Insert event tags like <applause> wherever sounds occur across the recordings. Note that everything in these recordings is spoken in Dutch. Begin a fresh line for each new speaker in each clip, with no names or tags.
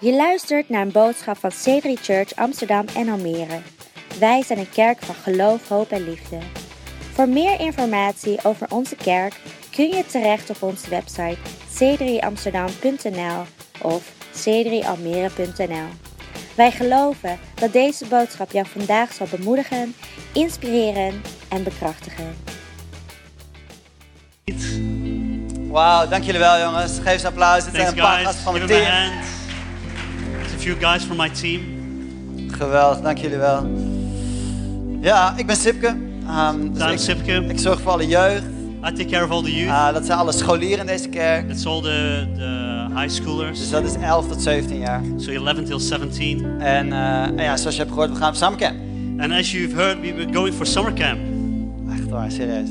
Je luistert naar een boodschap van Savory Church Amsterdam en Almere. Wij zijn een kerk van geloof, hoop en liefde. Voor meer informatie over onze kerk kun je terecht op onze website c3amsterdam.nl of c3almere.nl. Wij geloven dat deze boodschap jou vandaag zal bemoedigen, inspireren en bekrachtigen.
Wauw, dank jullie wel jongens. Geef ze applaus. Dit zijn
Thanks,
een paar
guys.
gasten van
Give
het
him a
team.
hand. There's a few guys from my team.
Geweldig, dank jullie wel. Ja, ik ben Sipke. Ehm, dus
Daan
ik,
Sipke.
ik zorg voor alle jeugd.
I take care of all the youth.
Ah, dat zijn alle scholieren in deze kerk.
That's all the, the high
Dus
schoolers.
dat is 11 tot 17 jaar.
So 11 till 17.
En eh, en ja, zoals je hebt gehoord, we gaan samen campen.
And as you've heard, we were going for summer camp.
Echt waar, serieus.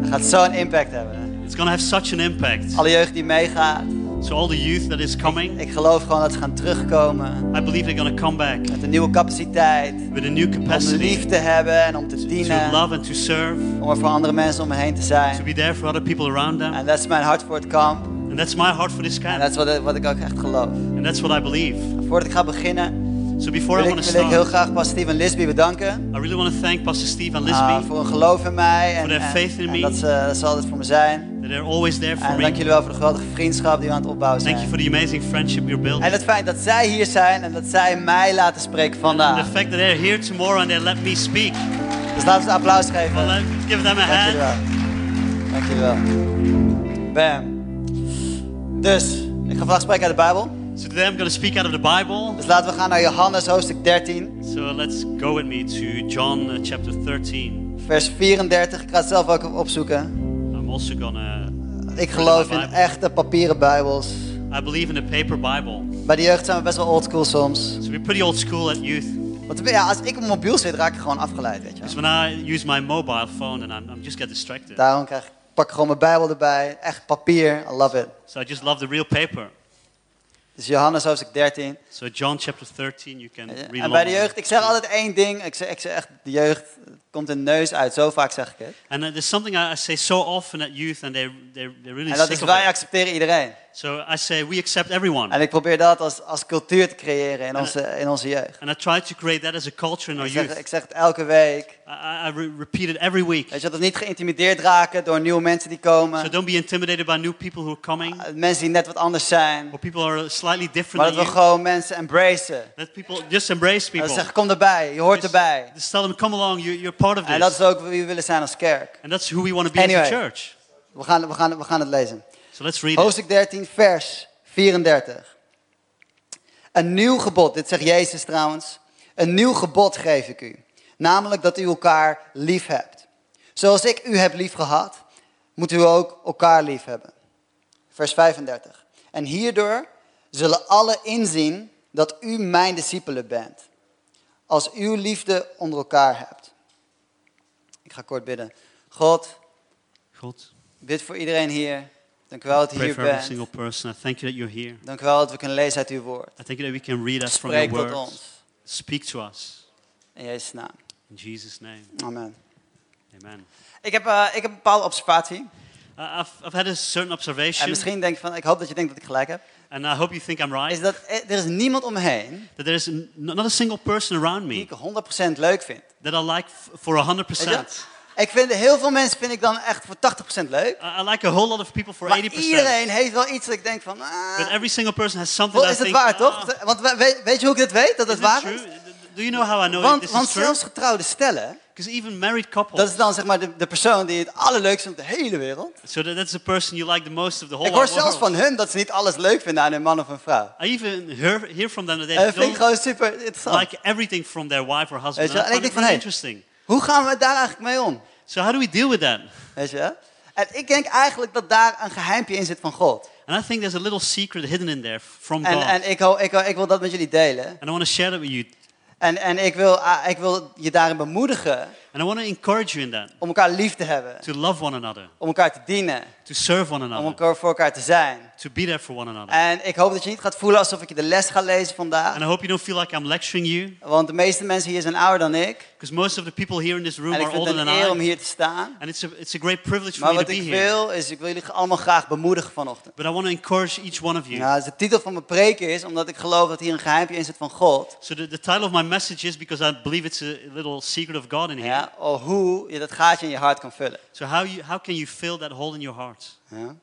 Dat gaat zo'n impact hebben. hè.
It's going to have such an impact.
Alle jeugd die meegaat.
So all the youth that is coming,
Ik geloof gewoon dat ze gaan terugkomen.
I believe they're going to come back
Met een nieuwe capaciteit.
with a new
Om
capacity
lief te hebben en om te
to
dienen.
love and to serve,
Om er voor andere mensen om me heen te
to
zijn.
be there for other people around them.
En dat is mijn hart voor het kamp.
And that's my heart for this
En
camp.
dat is wat, wat ik ook echt geloof.
And that's what I believe.
Voordat ik ga beginnen,
So before
wil
I
ik,
want to
wil ik heel
start,
graag Pastor Steve en Lisby bedanken.
I really want to thank Pastor Steve and
ah,
Lisby.
voor hun geloof in mij. En,
Voor hun
en-
faith in
en
me.
Dat, ze, dat ze altijd voor me zijn.
that They're always there for
En dank
me.
jullie wel voor de geweldige vriendschap die we aan het opbouwen zijn.
Thank you for the amazing friendship you're
En
building.
het feit dat zij hier zijn en dat zij mij laten spreken
And
vandaag.
the fact that they're here tomorrow and they let me speak.
Dus laten we een applaus geven.
Well, let's give them a
Dank jullie
hand.
wel. Dank jullie wel. Bam. Dus, ik ga vandaag spreken uit de Bijbel.
So today I'm going to speak out of the Bible.
Dus laten we gaan naar Johannes hoofdstuk 13,
So let's go with me to John uh, chapter 13.
vers 34. Ik ga het zelf ook opzoeken.
I'm also going to.
Ik geloof in echte papieren Bijbels.
I believe in a paper Bible.
Bij de jeugd zijn we best wel oldschool soms.
So we're pretty old school at youth.
Want ja, als ik op mijn mobiel zit, raak ik gewoon afgeleid, weet je wel.
Because when I use my mobile phone and I'm, I'm just get distracted.
Daarom krijg ik, pak ik gewoon mijn Bijbel erbij. Echt papier, I love it.
So I just love the real paper.
Dus Johannes hoofdstuk 13.
So John chapter 13, you can read
En
along.
bij de jeugd, ik zeg altijd één ding. Ik zeg, ik zeg echt, de jeugd het komt een neus uit. Zo vaak zeg ik het.
And uh, there's something I, I say so often at youth, and they they they're really
En dat
sick
is,
of
wij
it.
accepteren iedereen.
So I say we accept everyone.
En ik probeer dat als, als cultuur te creëren in onze, in onze jeugd.
And I try to create that as a culture in our
Ik zeg,
Oh, youth.
ik zeg het elke week.
I, I- I re- repeat it every week.
Weet je, dat we niet geïntimideerd raken door nieuwe mensen die komen.
So don't be intimidated by new people who are coming
Mensen die net wat anders zijn.
or people who are slightly different
Maar dat
than
we
you.
gewoon mensen embracen.
Let people just embrace
En
people.
dan zeggen, kom erbij, je hoort
Just,
erbij.
just tell them, come along, you, you're part of
En dat is
this.
ook wie we willen zijn als kerk.
And that's who we want to be as
Anyway.
a church.
We gaan, we gaan, we gaan het lezen.
So let's read it.
Hoofdstuk 13, vers 34. Een nieuw gebod, dit zegt Jezus trouwens. Een nieuw gebod geef ik u. Namelijk dat u elkaar lief hebt. Zoals ik u heb lief gehad, moet u ook elkaar lief hebben. Vers 35. En hierdoor zullen alle inzien dat u mijn discipelen bent. Als uw liefde onder elkaar hebt. Ik ga kort bidden. God,
God,
bid voor iedereen hier. Dank u wel dat u
pray
hier
for every
bent.
single person. I thank you that you're here.
Dank u wel dat we kunnen lezen uit uw woord.
I thank you that we can read us from your
Spreek tot
word.
ons.
Speak to us.
In Jezus' naam.
In Jesus' name.
Amen.
Amen.
Ik heb, eh, ik heb een bepaalde observatie.
I- I've, I've had a certain
En
observation,
Ah, misschien denk je van, ik hoop dat je denkt dat ik gelijk heb.
and I hope you think I'm right,
Is dat eh, er is niemand om me heen
that there's n- not a single person around
die
me
ik 100% leuk vind.
that I like f- for 100%.
Weet je? Ik vind heel veel mensen vind ik dan echt voor 80% leuk.
I I like a whole lot of people for
Maar
80%.
iedereen heeft wel iets dat ik denk van, ah,
But every single person has something
wel,
that I
is het
think,
waar
"Ah,
toch? Want we- weet, weet je hoe ik dit weet, dat
is
het
it
waar
true?
is?
Do you know how I know
Want,
this
want
is true? Oh.
zelfs getrouwde stellen,
Because even married couples,
dat is dan zeg maar de, de persoon die het allerleukste op de hele wereld.
so that, that's the person you like the most of the whole
Ik hoor
wide
zelfs
world.
van hun dat ze niet alles leuk vinden aan hun man of hun vrouw.
I even hear, hear from them that they
En dat Eh, vind ik
don't
gewoon super interessant.
like everything from their wife or husband.
Weet je,
And I
en
find it
ik denk van,
really
hey.
interesting.
Hoe gaan we daar eigenlijk mee om?
So how do we deal with that?
Weet je? wel? En ik denk eigenlijk dat daar een geheimpje in zit van God.
And I think there's a little secret hidden in there from
En,
God.
en ik, ho- ik, ho- ik wil dat met jullie delen.
and I want to share that with you.
En, en ik, wil, ah, ik wil je daarin bemoedigen
And I want to encourage you in that
om elkaar lief te hebben,
to love one another,
om elkaar te dienen,
to serve one
om
another,
elkaar voor elkaar te zijn.
to be there for one another.
En ik hoop dat je niet gaat voelen alsof ik je de les ga lezen vandaag,
And I hope you don't feel like I'm lecturing you,
want de meeste mensen hier zijn ouder dan ik.
because most of the people here in this room
En ik
are
vind
older
het
than
een eer om
I.
hier te staan.
And it's a, it's a great privilege for
Maar
me to
wat
be
ik
here.
wil is, ik wil jullie allemaal graag bemoedigen vanochtend.
But I want to encourage each one of you.
Nou, dus de titel van mijn preek is, omdat ik geloof dat hier een geheimpje in zit van God.
So the, the title of my message is because I believe it's a little secret of God in here.
Ja, al hoe je dat gaatje in je hart kan vullen.
So how you how can you fill that hole in your heart?
Ja.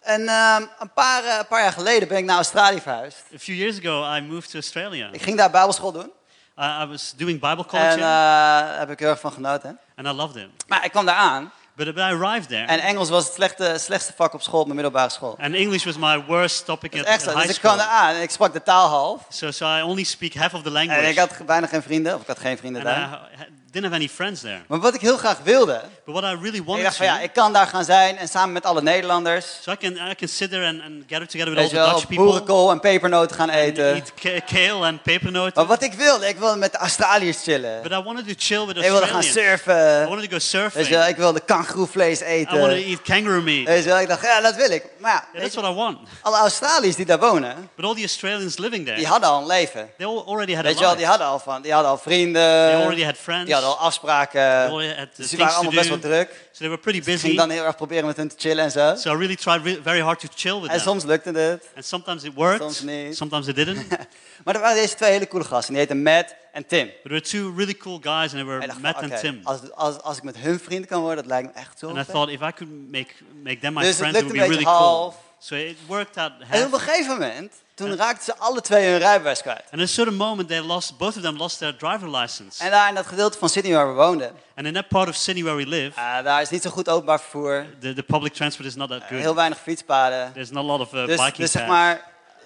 En ehm, een, paar, eh, een paar jaar geleden ben ik naar Australië verhuisd.
A few years ago, I moved to Australia.
Ik ging daar Bijbelschool doen.
I, I was doing Bible college
En
and, uh,
eh, daar heb ik heel erg van genoten.
and I loved it.
Maar ik kwam daar aan.
But when I arrived there,
En Engels was het slechte, slechtste vak op school, op mijn middelbare school.
and English was my worst topic
Dat
at,
is echt
at
zo.
high
Dus ik kwam
school.
daar aan en ik sprak de taal half.
So, so I only speak half of the language,
En ik had bijna geen vrienden, of ik had geen vrienden
and
daar.
I ha- didn't have any friends there.
Maar wat ik heel graag wilde,
But what I really
ik
wanted
dacht
to,
van ja, ik kan daar gaan zijn en samen met alle Nederlanders.
so I can I can sit there and, and gather together with all
Weet
the
je wel,
Dutch people,
boerenkool en pepernoten gaan
and
eten.
eat ka- kale and pepernoten.
Maar wat ik wilde, ik wilde met de Australiërs chillen.
But I wanted to chill with
Ik wilde gaan
Australians. I
surfen.
wanted to go
Weet
surfing.
je wel, ik wilde kangeroevlees
I wanted to
eten.
eat kangaroo meat.
Weet je wel, ik dacht, ja, dat wil ik. Maar ja,
Yeah,
weet
that's
je,
what I want.
alle Australiërs die daar wonen,
But all the Australians living there,
die hadden al een leven.
they all uh, already had a
Weet je wel,
life.
die hadden al, van, die hadden al
They
vrienden.
already had friends.
Die hadden al
They
afspraken.
already had the
Dus
things
die waren
to
allemaal best wel
do.
druk.
So they were pretty
Ik ging
busy.
dan heel erg proberen met hun te chillen en zo.
So I really tried re- very hard to chill with
En
them.
soms lukte het.
And sometimes it worked.
soms niet.
Sometimes it <laughs> didn't. But
Maar er waren deze twee hele coole gasten. Die heten Matt en Tim.
there were two really cool guys, and they were
En ik dacht, van,
Matt and
oké,
Tim.
Als, als, als ik met hun vriend kan worden, dat lijkt me echt zo
And I
vet.
thought if I could make make them my
Dus het
friends,
lukte
it would
een
be
beetje
really
half.
cool. So it worked out.
En
Half.
op een gegeven moment, toen raakten ze alle twee hun rijbewijs kwijt.
And at a certain moment, they lost both of them lost their driver license.
En daar in dat gedeelte van Sydney waar we woonden,
And in that part of Sydney where we live,
eh, daar is niet zo goed openbaar vervoer.
the, the public transport is not that
Heel
good.
weinig fietspaden.
There's not a lot of uh,
Dus,
biking
dus zeg
paths.
maar,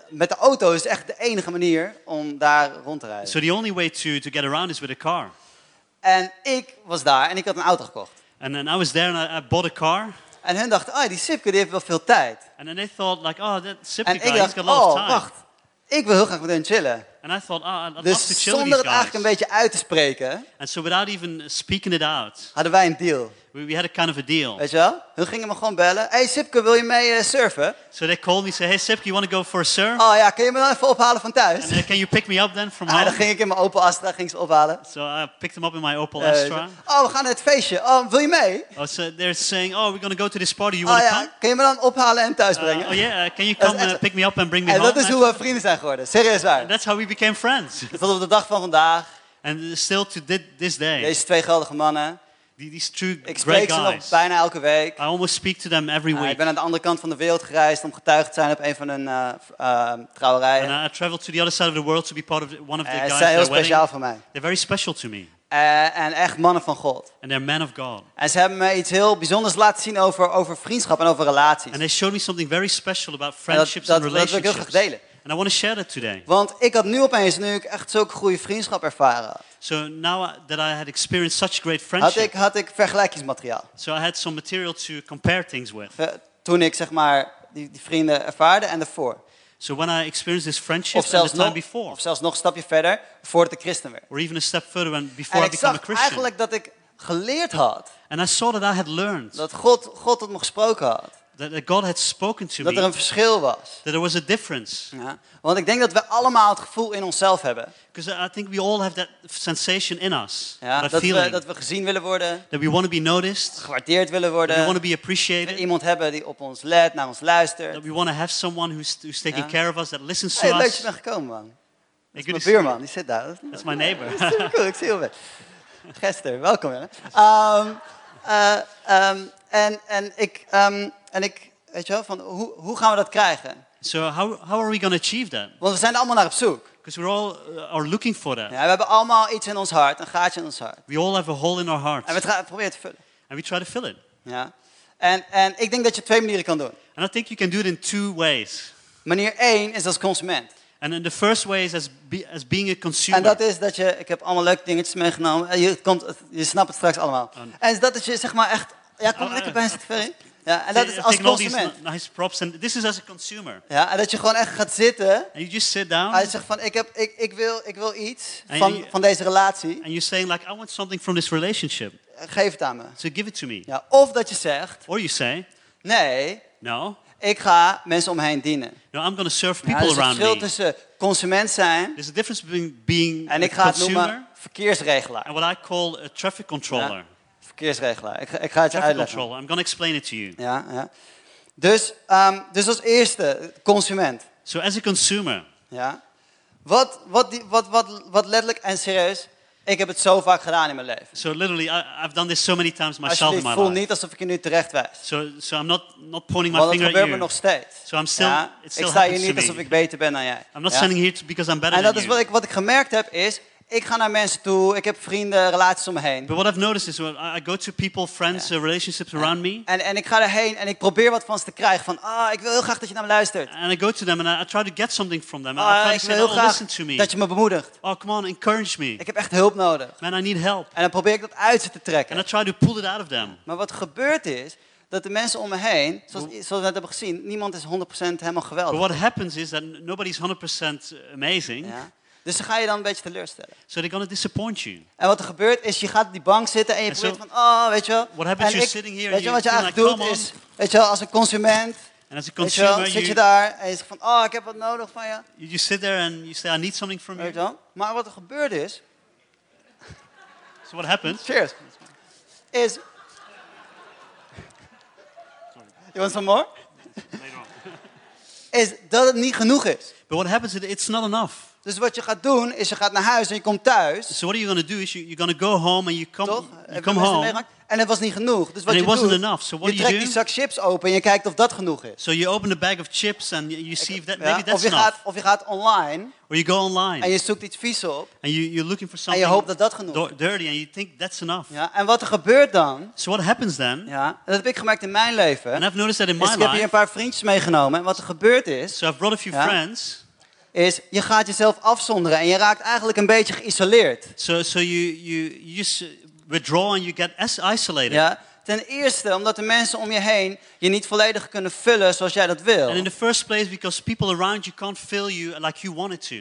met de auto is echt de enige manier om daar rond te rijden.
So the only way to, to get around is with a car.
En ik was daar en ik had een auto gekocht.
And then I was there and I, I bought a car.
En hun dachten, oh, die Sipke die heeft wel veel tijd.
And then they thought like, oh, that Sippy
En
guy,
ik
he's
dacht,
got a lot of
oh,
time.
wacht. Ik wil heel graag met hun chillen.
And I thought, oh, I'd I'd love to
Dus
chill with
zonder
these
het eigenlijk een
guys.
beetje uit te spreken,
And so without even speaking it out,
hadden wij een deal.
we, we had a kind of a deal.
Weet je wel? Hun gingen me gewoon bellen. hey, Sipke, wil je mee eh, surfen?
So they called me, say, hey Sipke, you want to go for a surf?
Oh ja, kun je me dan even ophalen van thuis?
And uh, can you pick me up
<laughs>
then from
Ah, dan
home?
ging ik in mijn Opel Astra ging ze ophalen.
So I picked him up in my Opel
Eh,
Astra.
zo, oh, we gaan naar het feestje. Oh, wil je mee?
Oh, so they're saying, oh, we're going to go to this party. You
Oh
want to
ja, kun je me dan ophalen en thuis
come? Uh,
brengen?
oh yeah, uh, can you
Dat is
come
echt-
uh, pick me up and bring me
En
home?
dat is hoe we vrienden zijn geworden. Serieus waar.
And that's how we became friends. <laughs>
Tot op de dag van vandaag.
And still to thi- this day,
Deze twee geldige mannen.
the- these two
Ik
great
spreek ze nog
guys.
bijna elke week.
I almost speak to them every
Ah, ik
week.
ben aan de andere kant van de wereld gereisd om getuigd te zijn op een van hun eh, v- eh,
And
trouwerijen.
I I traveled to the other side of the world to be part of the- one of the
Eh, ze
guys
zijn
at
heel
their
speciaal
wedding.
voor mij.
They're very special to me.
Eh, en echt mannen van God.
And they're men of God.
En ze hebben me iets heel bijzonders laten zien over, over vriendschap en over relaties.
And they showed me something very special about
dat-
friendships
dat-
and
dat wil ik heel
relationships.
graag delen.
And I want to share that today.
Want ik had nu opeens, nu ik echt zulke goede vriendschap ervaren,
So now I- that I had experienced such great
had ik,
friendship,
had ik vergelijkingsmateriaal.
so I had some material to compare things with.
Ver- Toen ik zeg maar die, die vrienden ervaarde en daarvoor.
So when I experienced this friendship
Of
and
zelfs,
the time
nog,
before,
of zelfs nog een stapje verder, voordat ik christen werd.
or even a step further when before
En
I
ik
became a
zag
Christian,
eigenlijk dat ik geleerd had,
and I saw that I had learned
dat God, God tot me gesproken had.
that, that God had spoken to
Dat
me,
er een
that
verschil was.
there was a difference.
Ja. Want ik denk dat we allemaal het gevoel in onszelf hebben.
Because I I think we all have that sensation in us,
Ja.
that
Dat, we,
feeling,
dat we gezien willen worden,
that we want to be noticed,
gewaardeerd
that
willen
we want
worden.
to be
Dat we
appreciated,
iemand hebben die op ons let, naar ons luistert.
that we want to have someone who's, who's taking
Ja.
care of us, that listens to
Hey, leuk dat je
us.
bent gekomen, man.
Hey, good
Mijn
to see you.
buurman, die zit daar. Dat is
That's my
<laughs>
neighbor. <laughs>
super cool, ik zie hem. Gester, welkom. Hè. Ehm, eh, ehm, en, en, ik, ehm, en ik, weet je wel, van, hoe, hoe gaan we dat krijgen?
so how, how are we going to achieve that?
Want we zijn er allemaal naar op zoek.
Because we're all uh, are looking for that.
Ja, we hebben allemaal iets in ons hart, een gaatje in ons hart.
We all have a hole in our heart,
En we tra- proberen te vullen.
and we try to fill it.
Ja. En, en ik denk dat je op twee manieren kan doen.
And I think you can do it in two ways.
Manier één is als consument.
And then the first way is as, be, as being a consumer.
En dat is dat je, ik heb allemaal leuke dingetjes meegenomen. En Je, komt, je snapt het straks allemaal. En dat is je, zeg maar echt, ja, kom
Oh,
lekker
eh,
bij zitten, Ferry. Ja, en dat
They-
is
they're
als
taking all these
consument.
ni- nice props and this is as a consumer.
Ja, en dat je gewoon echt gaat zitten.
And you just sit down
Hij zegt van, ik, heb, ik, ik, wil, ik wil iets
En
van,
je-
van deze relatie.
and you're saying like, I want something from this relationship,
Geef het aan me.
so give it to me.
Ja, of dat je zegt,
Or you say,
nee,
no,
ik ga mensen om me heen dienen.
no, I'm going to serve
Ja, er
people
is een
around
verschil
me.
tussen consument zijn
There's a difference between being
en
a
ik ga het
consumer
noemen verkeersregelaar.
and what I call a traffic controller.
Verkeersregelaar. Ik, ga- ik ga het je
Traffic
uitleggen.
controller. I'm going to explain it to you.
Ja, ja. Dus, ehm, dus als eerste, consument.
So as a consumer,
Ja. Wat, wat, die, wat, wat, wat letterlijk en serieus, ik heb het zo vaak gedaan in mijn leven.
so literally I, I've done this so many times myself in
Alsjeblieft,
my
voel
life.
niet alsof ik je nu terecht wijs.
So, so I'm not, not pointing my
Want het
finger
gebeurt
at
me
you.
nog steeds.
So I'm still-
Ja,
it still
ik sta hier
happens
niet
to me.
alsof ik beter ben dan jij.
I'm not
Ja.
standing here to, because I'm better
En
than
dat is
you.
wat ik, wat ik gemerkt heb is, ik ga naar mensen toe, ik heb vrienden, relaties om me heen.
But what I've noticed is when I I go to people, friends, uh, relationships around me,
En, en ik ga erheen en ik probeer wat van ze te krijgen. Van, ah, ik wil heel graag dat je naar me luistert.
and I go to them and I, I try to get something from them. I
Ah,
try
ik
to say,
wil heel
oh,
graag
listen to me.
dat je me bemoedigt.
Oh, come on, encourage me.
Ik heb echt hulp nodig.
Man, I need help.
En dan probeer ik dat uit ze te trekken.
And I try to pull it out of them.
Maar wat gebeurd is, dat de mensen om me heen, zoals, zoals we net hebben gezien, niemand is 100% helemaal
But
geweldig.
what happens is that n- nobody's 100% amazing,
Ja? Dus dan ga je dan een beetje teleurstellen.
so they're going to disappoint you.
En wat er gebeurt is, je gaat op die bank zitten en je
En
probeert
zo-
van, oh, weet je wel.
What happens,
en
you're sitting here
weet
and you
je wat je
feel
eigenlijk
like,
doet
come
is, weet je wel, als een consument,
And as a
weet je wel,
consumer,
zit
you,
je daar en je zegt van, oh, ik heb wat nodig van je.
you just sit there and you say, I need something from
Weet
you.
je wel. Maar wat er gebeurd is,
So what happens?
cheers, is... Je want some more? Is dat het niet genoeg is.
But what happens is it's not enough.
Dus wat je gaat doen, is je gaat naar huis en je komt thuis.
So what are you going to do is you, you're going to go home and you Dus come,
Toch?
you
Heb je
come
mensen
home.
meegemaakt? En het was niet genoeg. Dus wat
And
je
it wasn't
doet,
enough. So what
je
do you
trekt
do?
die zak chips open en je kijkt of dat genoeg is.
So you open a bag of chips and you- you see if that
Ja?
maybe
of,
that's
je gaat,
enough.
of je gaat online
Or you go online
en je zoekt iets vies op.
and you, you're looking for
En
something
je hoopt dat dat genoeg
do-
is.
dirty and you think that's enough.
Ja? En wat er gebeurt dan,
So what happens then?
ja, en dat heb ik gemerkt in mijn leven.
And I've noticed that Nou, in
is
my
ik heb hier een
life.
paar vriendjes meegenomen. En wat er gebeurd is,
So I've brought a few
Ja.
friends.
is je gaat jezelf afzonderen. En je raakt eigenlijk een beetje geïsoleerd.
So so you you, you just uh, withdraw and you get as isolated.
Ja? Ten eerste omdat de mensen om je heen je niet volledig kunnen vullen zoals jij dat wil.
And in the first place, because people around you can't fill you like you wanted to.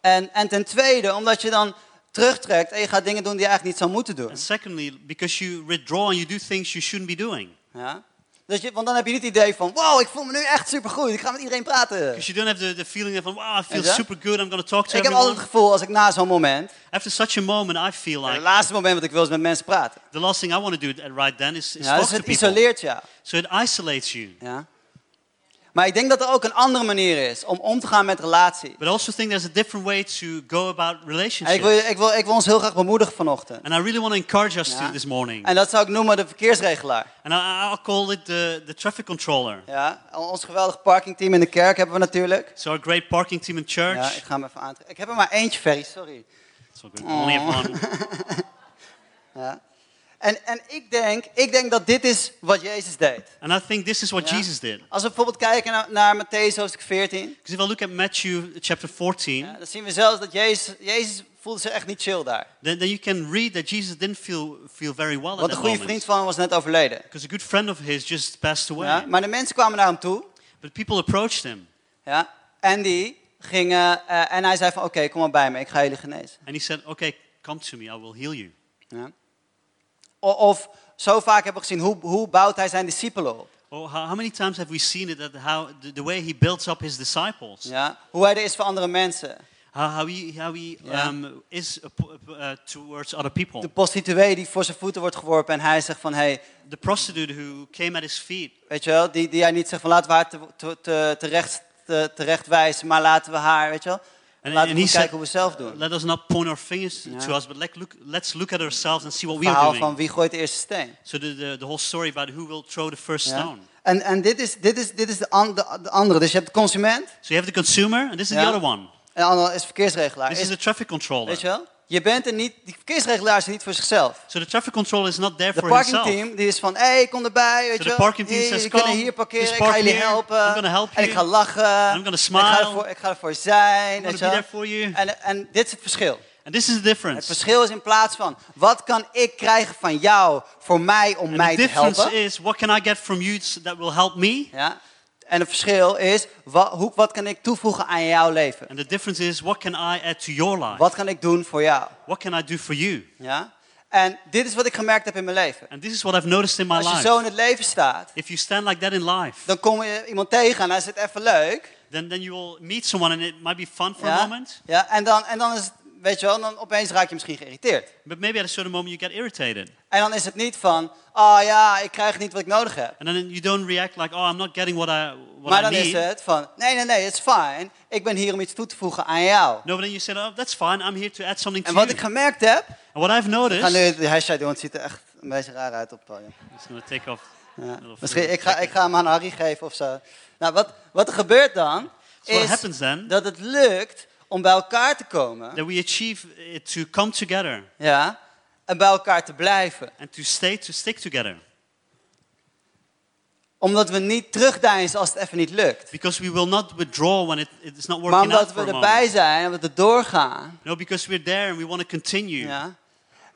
En, en ten tweede, omdat je dan terugtrekt en je gaat dingen doen die je eigenlijk niet zou moeten doen.
And secondly, because you withdraw and you do things you shouldn't be doing.
Ja? Dus je, want dan heb je niet het idee van, wow, ik voel me nu echt supergoed, ik ga met iedereen praten.
Because you don't have the, the feeling of, wow, I feel
Ja.
super good, I'm going to talk to
Ik heb altijd
everyone.
het gevoel, als ik na zo'n moment,
After such a moment, I feel
het
like
laatste moment wat ik wil is met mensen praten.
the last thing I want to do at- right then is, is
Ja,
talk
dus
to
het
people.
isoleert jou.
So it isolates you.
Ja? Maar ik denk dat er ook een andere manier is om om te gaan met relatie.
But I also think there's a different way to go about
En ik
relationships.
wil, ik, wil, ik wil ons heel graag bemoedigen vanochtend.
And I really want to encourage us
Ja?
to this morning.
En dat zou ik noemen de verkeersregelaar.
And I, I'll call it the, the traffic controller.
Ja? Ons geweldig parkingteam in de kerk hebben we natuurlijk.
So our great parking team in church.
Ja, ik ga hem even aantrekken. Ik heb er maar eentje, Ferry, sorry.
It's all good. We Only have one.
Ja. En, en ik, denk, ik denk dat dit is wat Jezus deed.
And I think this is what
Ja.
Jesus did.
Als we bijvoorbeeld kijken naar, naar Matthäus hoofdstuk 14,
Because if I look at Matthew chapter 14,
ja, dan zien we zelfs dat Jezus, Jezus voelde zich echt niet chill daar.
then, then you can read that Jesus didn't feel, feel very well
Want
at
een
that
goede vriend
moment.
van hem was net overleden.
Because a good friend of his just passed away.
Ja, maar de mensen kwamen naar hem toe
But people approached him.
ja, en die gingen, eh, en hij zei van oké, kom maar bij me, ik ga jullie genezen.
And he said, okay, come to me, I will heal you.
Ja. O- Of zo vaak hebben we gezien, hoe, hoe bouwt hij zijn discipelen op?
Oh, how, how many times have we seen it that how the, the way he builds up his disciples,
Ja, hoe hij er is voor andere mensen.
how, how he how he
Ja.
um, is ap- uh, towards other people.
De prostituee die voor zijn voeten wordt geworpen en hij zegt van hé, hey,
The prostitute who came at his feet,
Weet je wel, die, die hij niet zegt van laten we haar te, te, te, terecht, te, terecht wijzen, maar laten we haar, weet je wel.
En-
laten
en
we
hij
goed
zei-
kijken hoe we zelf doen.
let us not point our fingers to us, but let, look, let's look at ourselves and see what
Het
we are
verhaal
doing.
van wie gooit de eerste steen.
So the, the, the whole story about who will throw the first
Ja.
stone.
En, en dit is, dit is, dit is de, an- de, de andere. Dus je hebt de consument
So you have the consumer, and this is
Ja.
the other one.
en de andere is verkeersregelaar.
This
Uh, Is-
is the traffic controller.
weet je wel? Je bent er niet, die verkeersregelaar is er niet voor zichzelf.
So the traffic controller is not there
De
for himself.
parkingteam die is van, hé, hey, kom erbij,
So
weet je
the
wel.
parking team
Hier,
says,
jullie kunnen
"Come,
hier parkeren,
just
ik ga
park
jullie
here.
helpen.
I'm gonna help
en ik
you.
ga lachen.
gonna
Ik ga
smile.
ervoor, ik ga ervoor zijn,
I'm
weet
going
je
to be
wel.
there for you.
En, en dit is het verschil.
And this is the
Het
difference.
verschil is in plaats van wat kan ik krijgen van jou voor mij om
And
mij
the
te
difference
helpen.
is what can I get from you so that will help me?
Ja? En het verschil is wat, hoe, wat kan ik toevoegen aan jouw leven?
And the difference is what can I add to your life?
Wat kan ik doen voor jou?
What can I do for you?
Ja? En dit is wat ik gemerkt heb in mijn leven.
And this is what I've noticed in my
Als je
life.
zo in het leven staat,
If you stand like that in life,
dan kom je iemand tegen en hij zit even leuk.
then, then you will meet someone and it might be fun for a
Ja?
moment,
Ja? En, dan, en dan is het, weet je wel, dan opeens raak je misschien geïrriteerd.
but maybe at a certain moment you get irritated.
En dan is het niet van, oh ja, ik krijg niet wat ik nodig heb.
And then you don't react like, oh, I'm not getting what I, what
Maar
I
dan is
need.
het van, nee, nee, nee, het is fijn. Ik ben hier om iets toe te voegen aan jou.
No, but then you said, oh, that's fine. I'm here to add something to
En
you.
wat ik gemerkt heb,
And what I've
Ik ga
noticed...
nu de hashtag doen, want het ziet er echt een beetje raar uit op Paul.
I'm just gonna take off.
Ja.
little
Misschien,
film.
ik ga, ik ga hem aan Harry geven of zo. Nou, wat, wat er gebeurt dan,
So what
is
happens then?
dat het lukt om bij elkaar te komen
That we achieve it to come together
ja, en bij elkaar te blijven.
and to stay to stick together,
Omdat we niet terugdeinzen als het even niet lukt.
because we will not withdraw when it, it is not
Maar
working out
omdat
for
we
a
erbij
moment.
zijn en we er doorgaan.
No, because we're there and we want to continue.
Ja.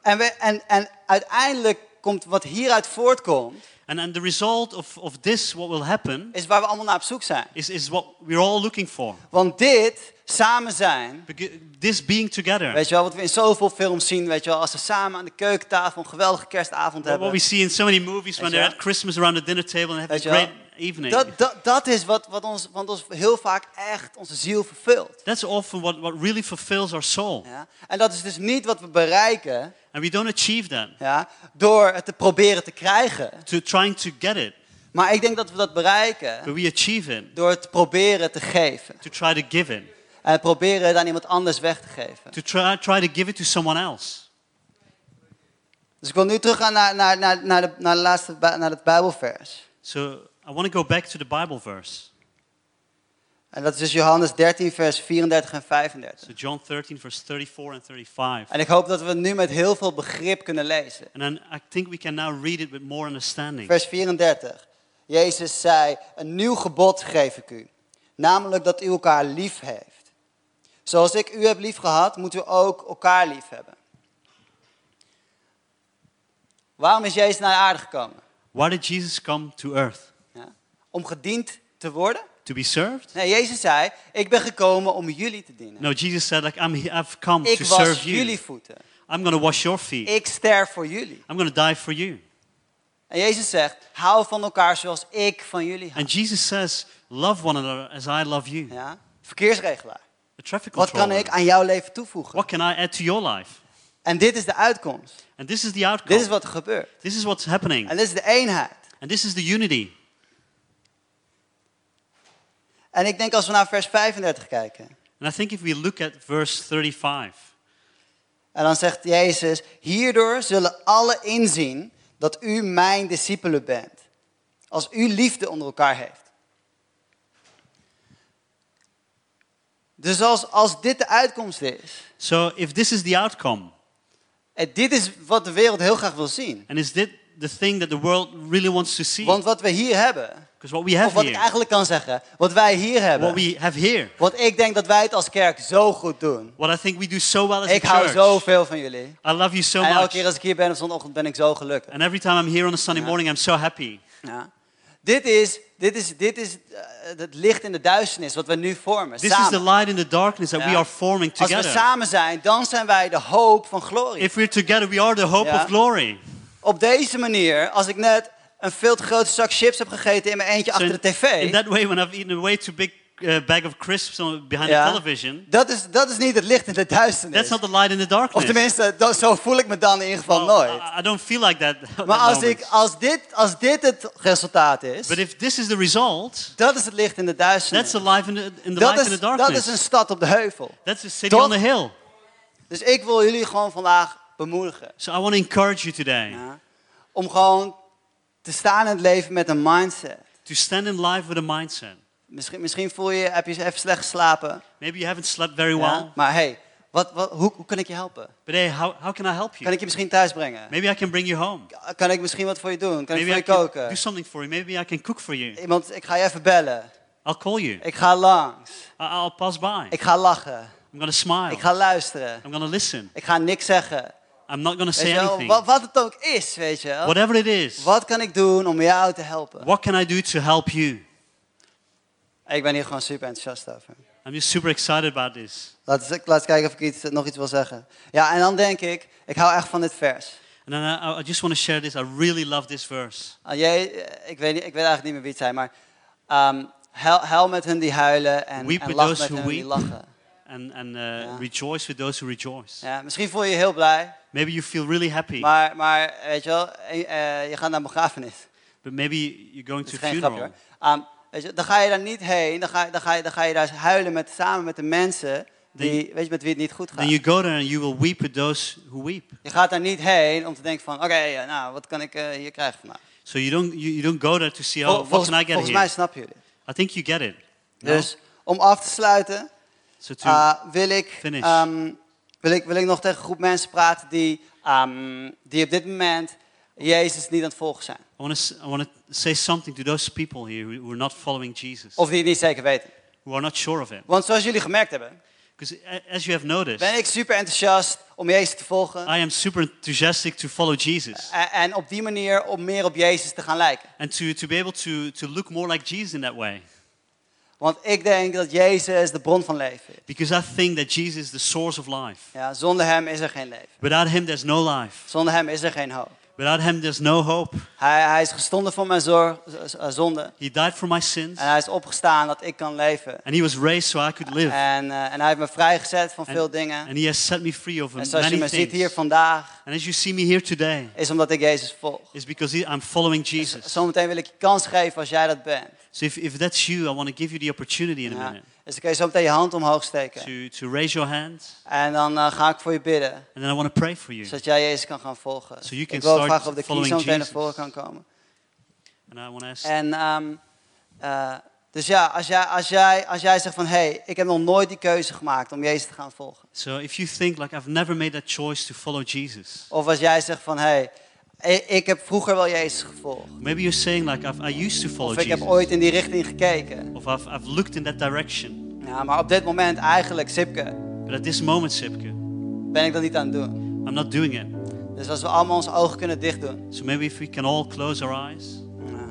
En, we, en, en uiteindelijk komt wat hieruit voortkomt,
And and the result of of this, what will happen,
is waar we allemaal naar op zoek zijn.
is is what we're all looking for.
Want dit, samen zijn,
Becau- This being together.
Weet je wel, wat we in zoveel films zien, weet je wel, als ze samen aan de keukentafel een geweldige kerstavond
What- What we
hebben.
see in so many movies when
Weet je
they're
wel?
at Christmas around the dinner table and have
Weet
a
je wel?
great evening.
Dat, dat, dat is wat, wat, ons, wat ons heel vaak echt onze ziel vervult.
That's often what, what really fulfills our soul.
Ja? En dat is dus niet wat we bereiken
And we don't achieve that.
ja, door het te proberen te krijgen.
To trying to get it,
Maar ik denk dat we dat bereiken
but we achieve it
door het te proberen te geven.
to try to give it.
En het proberen het aan iemand anders weg te geven.
to try, try to give it to someone else.
Dus ik wil nu teruggaan naar, naar, naar, naar, de, naar, de laatste, bij- naar het Bijbelvers.
So I want to go back to the Bible verse.
En dat is dus Johannes 13, vers 34 en 35.
So John 13, verse 34 and 35.
En ik hoop dat we het nu met heel veel begrip kunnen lezen.
And then I think we can now read it with more understanding.
Vers 34. Jezus zei, een nieuw gebod geef ik u. Namelijk dat u elkaar lief heeft. Zoals ik u heb lief gehad, moet u ook elkaar lief hebben. Waarom is Jezus naar de aarde gekomen?
Why did Jesus come to earth?
Ja. Om gediend te worden?
To be served?
Nee, Jezus zei, ik ben gekomen om jullie te dienen.
No, Jesus said, like, I'm, he- I've come
ik
to
was
serve you.
jullie voeten.
I'm going to wash your feet.
Ik sterf voor jullie.
I'm going to die for you.
En Jezus zegt, hou van elkaar zoals ik van jullie hou.
And Jesus says, love one another as I love you.
Ja? Verkeersregelaar.
A traffic
Wat kan
controller.
ik aan jouw leven toevoegen?
What can I add to your life?
En dit is de uitkomst.
And this is the outcome.
Dit is wat er gebeurt.
This is what's happening.
En dit is de eenheid.
And this is the unity.
En ik denk als we naar vers 35 kijken.
And I think if we look at verse 35,
En dan zegt Jezus, hierdoor zullen alle inzien dat u mijn discipelen bent. Als u liefde onder elkaar heeft. Dus als, als dit de uitkomst is.
So if this is the outcome,
En dit is wat de wereld heel graag wil zien.
and is dit the thing that the world really wants to see?
Want wat we hier hebben.
Because what we
Of
have
wat ik
here,
eigenlijk kan zeggen. Wat wij hier
what
hebben.
we have here,
Wat ik denk dat wij het als kerk zo goed doen.
what I think we do so well as a
Ik hou
church.
zoveel van jullie.
I love you so
En elke
much.
keer als ik hier ben op zondagochtend ben ik zo gelukkig.
And every time I'm here on a Sunday morning, I'm so happy.
Ja. Dit is, dit is, dit is eh, het licht in de duisternis wat we nu vormen.
This is the
samen.
light in the darkness that
Ja.
we are forming
Als we
together.
samen zijn, dan zijn wij de hoop van glorie.
If we're together, we are the hope
Ja.
of glory.
Op deze manier, als ik net een veel te grote zak chips heb gegeten in mijn eentje
So in,
achter de tv.
in that way, when I've eaten a way too big uh, bag of crisps on, behind
ja,
the television,
dat, is, dat is niet het licht in de duisternis.
that's not the light in the darkness.
Of tenminste, dat, zo voel ik me dan in ieder geval
Well,
nooit.
I, I don't feel like that. at
Maar
that
als,
moment.
ik, als, dit, als dit het resultaat is,
But if this is the result,
dat is het licht in de
that's
duisternis.
the life in the, in the
Dat
light in
is,
the
dat is
darkness.
een stad op de heuvel.
That's the city
Dat-
on the hill.
Dus ik wil jullie gewoon vandaag bemoedigen.
So I want to encourage you today
Ja? Om gewoon te staan in het leven met een mindset.
to stand in life with a mindset.
Misschien, misschien voel je, heb je even slecht geslapen.
Maybe you haven't slept very
ja?
well,
Maar hey, wat, wat, hoe, hoe kan ik je helpen?
but hey, how, how can I help you?
Kan ik je misschien thuis brengen?
Maybe I can bring you home.
Kan ik misschien wat voor je doen? Kan
Maybe
ik voor
I
je
can do
koken?
something for you. Maybe I can cook for you.
Iemand, ik ga je even bellen.
I'll call you.
Ik ga langs.
I- I'll pass by.
Ik ga lachen.
I'm going to smile.
Ik ga luisteren.
I'm going to listen.
Ik ga niks zeggen.
I'm not going to
Weet
say
je wel,
anything.
wat, wat het ook is, weet je wel.
Whatever it is,
Wat kan ik doen om jou te helpen?
what can I do to help you?
Ik ben hier gewoon super enthousiast over.
I'm just super excited about this.
Laat eens, laat eens kijken of ik iets, nog iets wil zeggen. Ja, en dan denk ik, ik hou echt van dit vers.
And then I, I just want to share this. I really love this verse.
Ah, jij, eh, ik, weet niet, ik weet eigenlijk niet meer wie het zijn, maar ehm huil, huil met hun die huilen en,
Weep
en
with
lach met
those
hun
who
die
weep.
lachen.
And, and uh,
Ja.
rejoice with those who rejoice.
Ja, misschien voel je je heel blij,
Maybe you feel really happy,
maar, maar weet je wel, eh, eh, je gaat naar een begrafenis.
but maybe you're going
Dat
to
is
a
geen
funeral.
grapje hoor. Ehm, weet je, dan ga je daar niet heen, dan ga, je- dan ga, je, dan ga je daar eens huilen met, samen met de mensen die, weet je, met wie het niet goed gaat.
Then you go there and you will weep with those who weep.
Je gaat daar niet heen om te denken van, oké, eh, nou, wat kan ik eh, hier krijgen vandaag?
So you don't you, you don't go there to see
Vol-
oh, what
volgens
can I get
volgens
here.
mij snap je dit.
I think you get it. No?
Dus om af te sluiten,
so to
eh, wil, ik,
finish.
ehm, wil, ik, wil ik nog tegen een groep mensen praten die, ehm, die op dit moment Jezus niet aan het volgen zijn.
I want to I want to say something to those people here who, who are not following Jesus,
Of die het niet zeker weten.
who are not sure of it.
Want zoals jullie gemerkt hebben,
Because as you have noticed,
ben ik super enthousiast om Jezus te volgen.
I am super enthusiastic to follow Jesus
En, en op die manier om meer op Jezus te gaan lijken.
and to, to be able to, to look more like Jesus in that way.
Want ik denk dat Jezus de bron van leven is.
Because I think that Jesus is the source of life.
Ja, zonder hem is er geen leven.
Without him, there's no life.
Zonder hem is er geen hoop.
Without him, there's no hope.
Hij, hij is gestonden voor mijn zorg, z- z- zonde.
He died for my sins
En hij is opgestaan dat ik kan leven.
and he was raised so I could live.
En, eh, en hij heeft me vrijgezet van
En-
veel dingen.
And he has set me free over
En zoals je
many
me ziet hier
things.
vandaag,
And as you see me here today,
is omdat ik Jezus volg.
it's because he- I'm following Jesus.
Zometeen wil ik je kans geven als jij dat bent.
So if, if that's you, I want to give you the opportunity in a
Ja.
minute
Dus dan kun je zometeen je hand omhoog steken.
to, to raise your hands
En dan eh, ga ik voor je bidden,
and then I want to pray for you.
zodat jij Jezus kan gaan volgen.
So you can
ik wil ook
start
graag op de knie
following
zometeen naar
Jesus.
voren kan komen.
And I want to ask,
En, ehm, eh, dus ja, als jij, als jij, als jij zegt van, hé, hey, ik heb nog nooit die keuze gemaakt om Jezus te gaan volgen.
so if you think like I've never made that choice to follow Jesus,
Of als jij zegt van, hé, hey, ik, ik heb vroeger wel Jezus gevolgd.
Maybe you're saying like I've, I used to follow
Of ik heb
Oh, Jesus,
ooit in die richting gekeken.
of I've, I've looked in that direction,
Ja, maar op dit moment eigenlijk, Sipke,
but at this moment, Sipke,
ben ik dat niet aan het doen.
I'm not doing it.
Dus als we allemaal onze ogen kunnen dicht doen.
So maybe if we can all close our eyes,
Ja.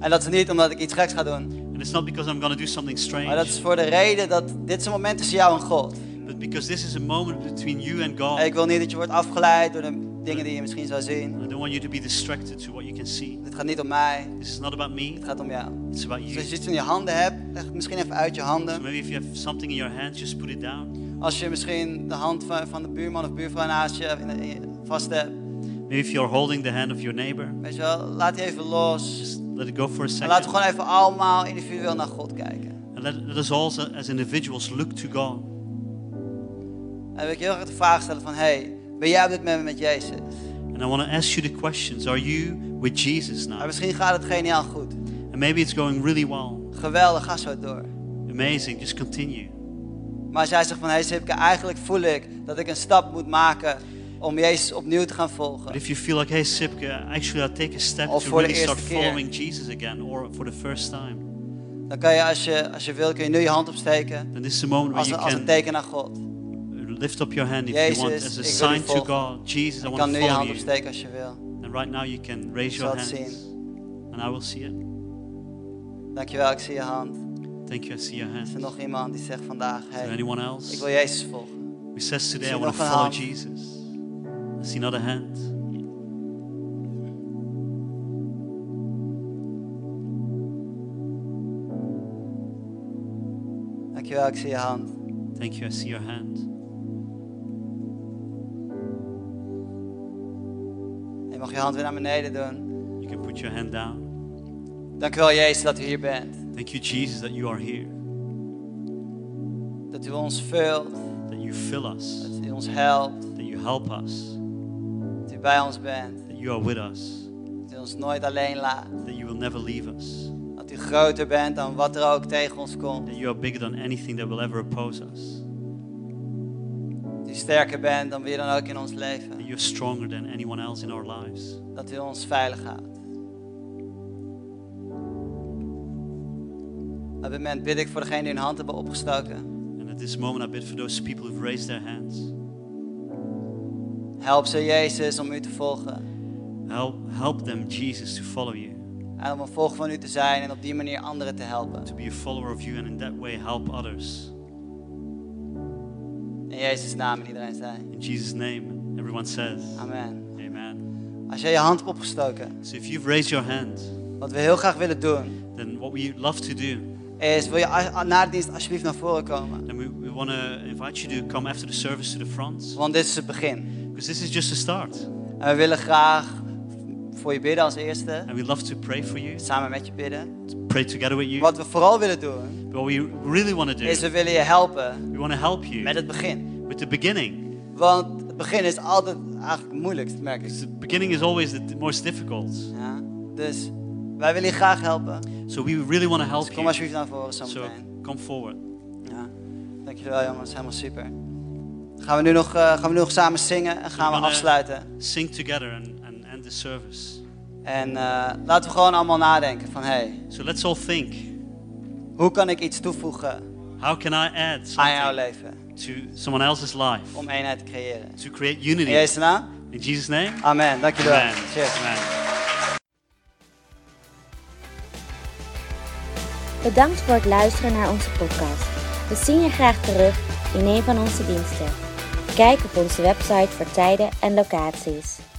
En dat is niet omdat ik iets geks ga doen.
and it's not because I'm going to do something
Maar dat is
strange,
voor de reden dat dit is een moment tussen jou en God.
but because this is a moment between you and
En ik
God.
wil niet dat je wordt afgeleid door de dingen die je misschien zou zien.
I don't want you to be distracted to what you can see.
Dit gaat niet om mij,
This is not about me;
het gaat om jou.
it's about
Dus
you.
als je iets in je handen hebt, leg het misschien even uit je
So
handen.
maybe if you have something in your hands, just put it down.
Als je misschien de hand van, van de buurman of buurvrouw naast je in de- in je vast hebt.
Maybe if you're holding the hand of your neighbor,
Weet je wel, laat die even los.
just let it go for a
En
second,
laten we gewoon even allemaal individueel naar God kijken.
and let, let us all, as individuals, look to God.
En wil ik je heel graag de vraag stellen van, hey, ben jij op dit moment met Jezus?
And I want to ask you the questions: Are you with Jesus now?
Maar misschien gaat het geniaal goed.
And maybe it's going really well.
Geweldig, ga zo door.
Amazing. Just continue.
Maar als jij zegt van, hey Sipke, eigenlijk voel ik dat ik een stap moet maken om Jezus opnieuw te gaan
But
volgen.
if you feel like, hey, Sipke, actually I'll take a step
Of
to
voor de
really start
eerste keer.
following Jesus again or for the first time,
Dan kan je als je, als je wil, kun je nu je hand opsteken
then this is the moment where
als,
you
een- als een
can
teken naar God.
lift up your hand if you want
Jezus,
as a
ik wil u
sign to
volgen.
God. Jesus, I
Je
want
kan
to
nu je
follow
hand
you.
opsteken als je wil.
And right now you can raise
zal
your
het
hands and I will see it.
Dankjewel, ik zie je hand.
Thank you, I see your
Is
hands.
er
Is
nog iemand die zegt vandaag,
there
hey,
anyone
ik
else
wil Jezus volgen.
who says today I
Is er
want to
nog een
follow
hand?
Jesus? I see another hand.
Dankjewel, ik zie je hand.
Thank you, I see your hand.
En je mag je hand weer naar beneden doen.
You can put your hand down.
Dankjewel, Jezus, dat u hier bent.
Thank you, Jesus, that you are here,
Dat u ons vult,
that you fill us,
dat u ons helpt,
that you help us,
dat u bij ons bent.
that you are with us.
Dat u ons nooit alleen laat.
that you will never leave us,
Dat u groter bent dan wat er ook tegen ons komt.
that you are bigger than anything that will ever oppose us,
Dat u sterker bent dan wie dan ook in ons
that
leven.
you're stronger than anyone else in our lives.
Dat u ons veilig houdt. Op dit moment bid ik voor degenen die hun hand hebben opgestoken.
And at this moment, I bid for those people who've raised their hands.
Help ze, Jezus, om u te volgen.
Help, help them, Jesus, to follow you,
En om een volger van u te zijn en op die manier anderen te helpen.
to be a follower of you, and in that way help others.
In Jezus' naam en iedereen zei.
In Jesus' name, everyone says,
Amen.
Amen.
Als jij je hand hebt opgestoken,
So if you've raised your hand,
wat we heel graag willen doen,
then what we love to do,
is wil je a- na de dienst alsjeblieft naar voren komen.
then we, we want to invite you to come after the service to the front,
Want dit is het begin.
because this is just a start.
En we willen graag voor je bidden als eerste.
And we love to pray for you,
Samen met je bidden.
pray together with you.
Wat we vooral willen doen,
But what we really want to do,
is we willen je helpen
we want to help you
met het begin.
with the beginning.
Want het begin is altijd eigenlijk het moeilijkst, merk ik.
Because the beginning is always the most difficult.
Ja? Dus wij willen je graag helpen.
So we really want to help
Dus
you.
kom alsjeblieft naar voren
so
zometeen.
come forward.
Ja. Dankjewel jongens, helemaal super. Gaan we nu nog, eh, gaan we nu nog samen zingen en gaan we
gaan, eh,
afsluiten.
Sing together and, and end the service.
En eh, laten we gewoon allemaal nadenken van, hé, hey,
So let's all think.
hoe kan ik iets toevoegen
How can I add
aan jouw
something
leven?
to someone else's life
Om eenheid te creëren.
to create
In
unity?
Jezus' naam?
In Jesus' name?
Amen, dankjewel.
Amen.
Cheers.
Amen.
Bedankt voor het luisteren naar onze podcast. We zien je graag terug in een van onze diensten. Kijk op onze website voor tijden en locaties.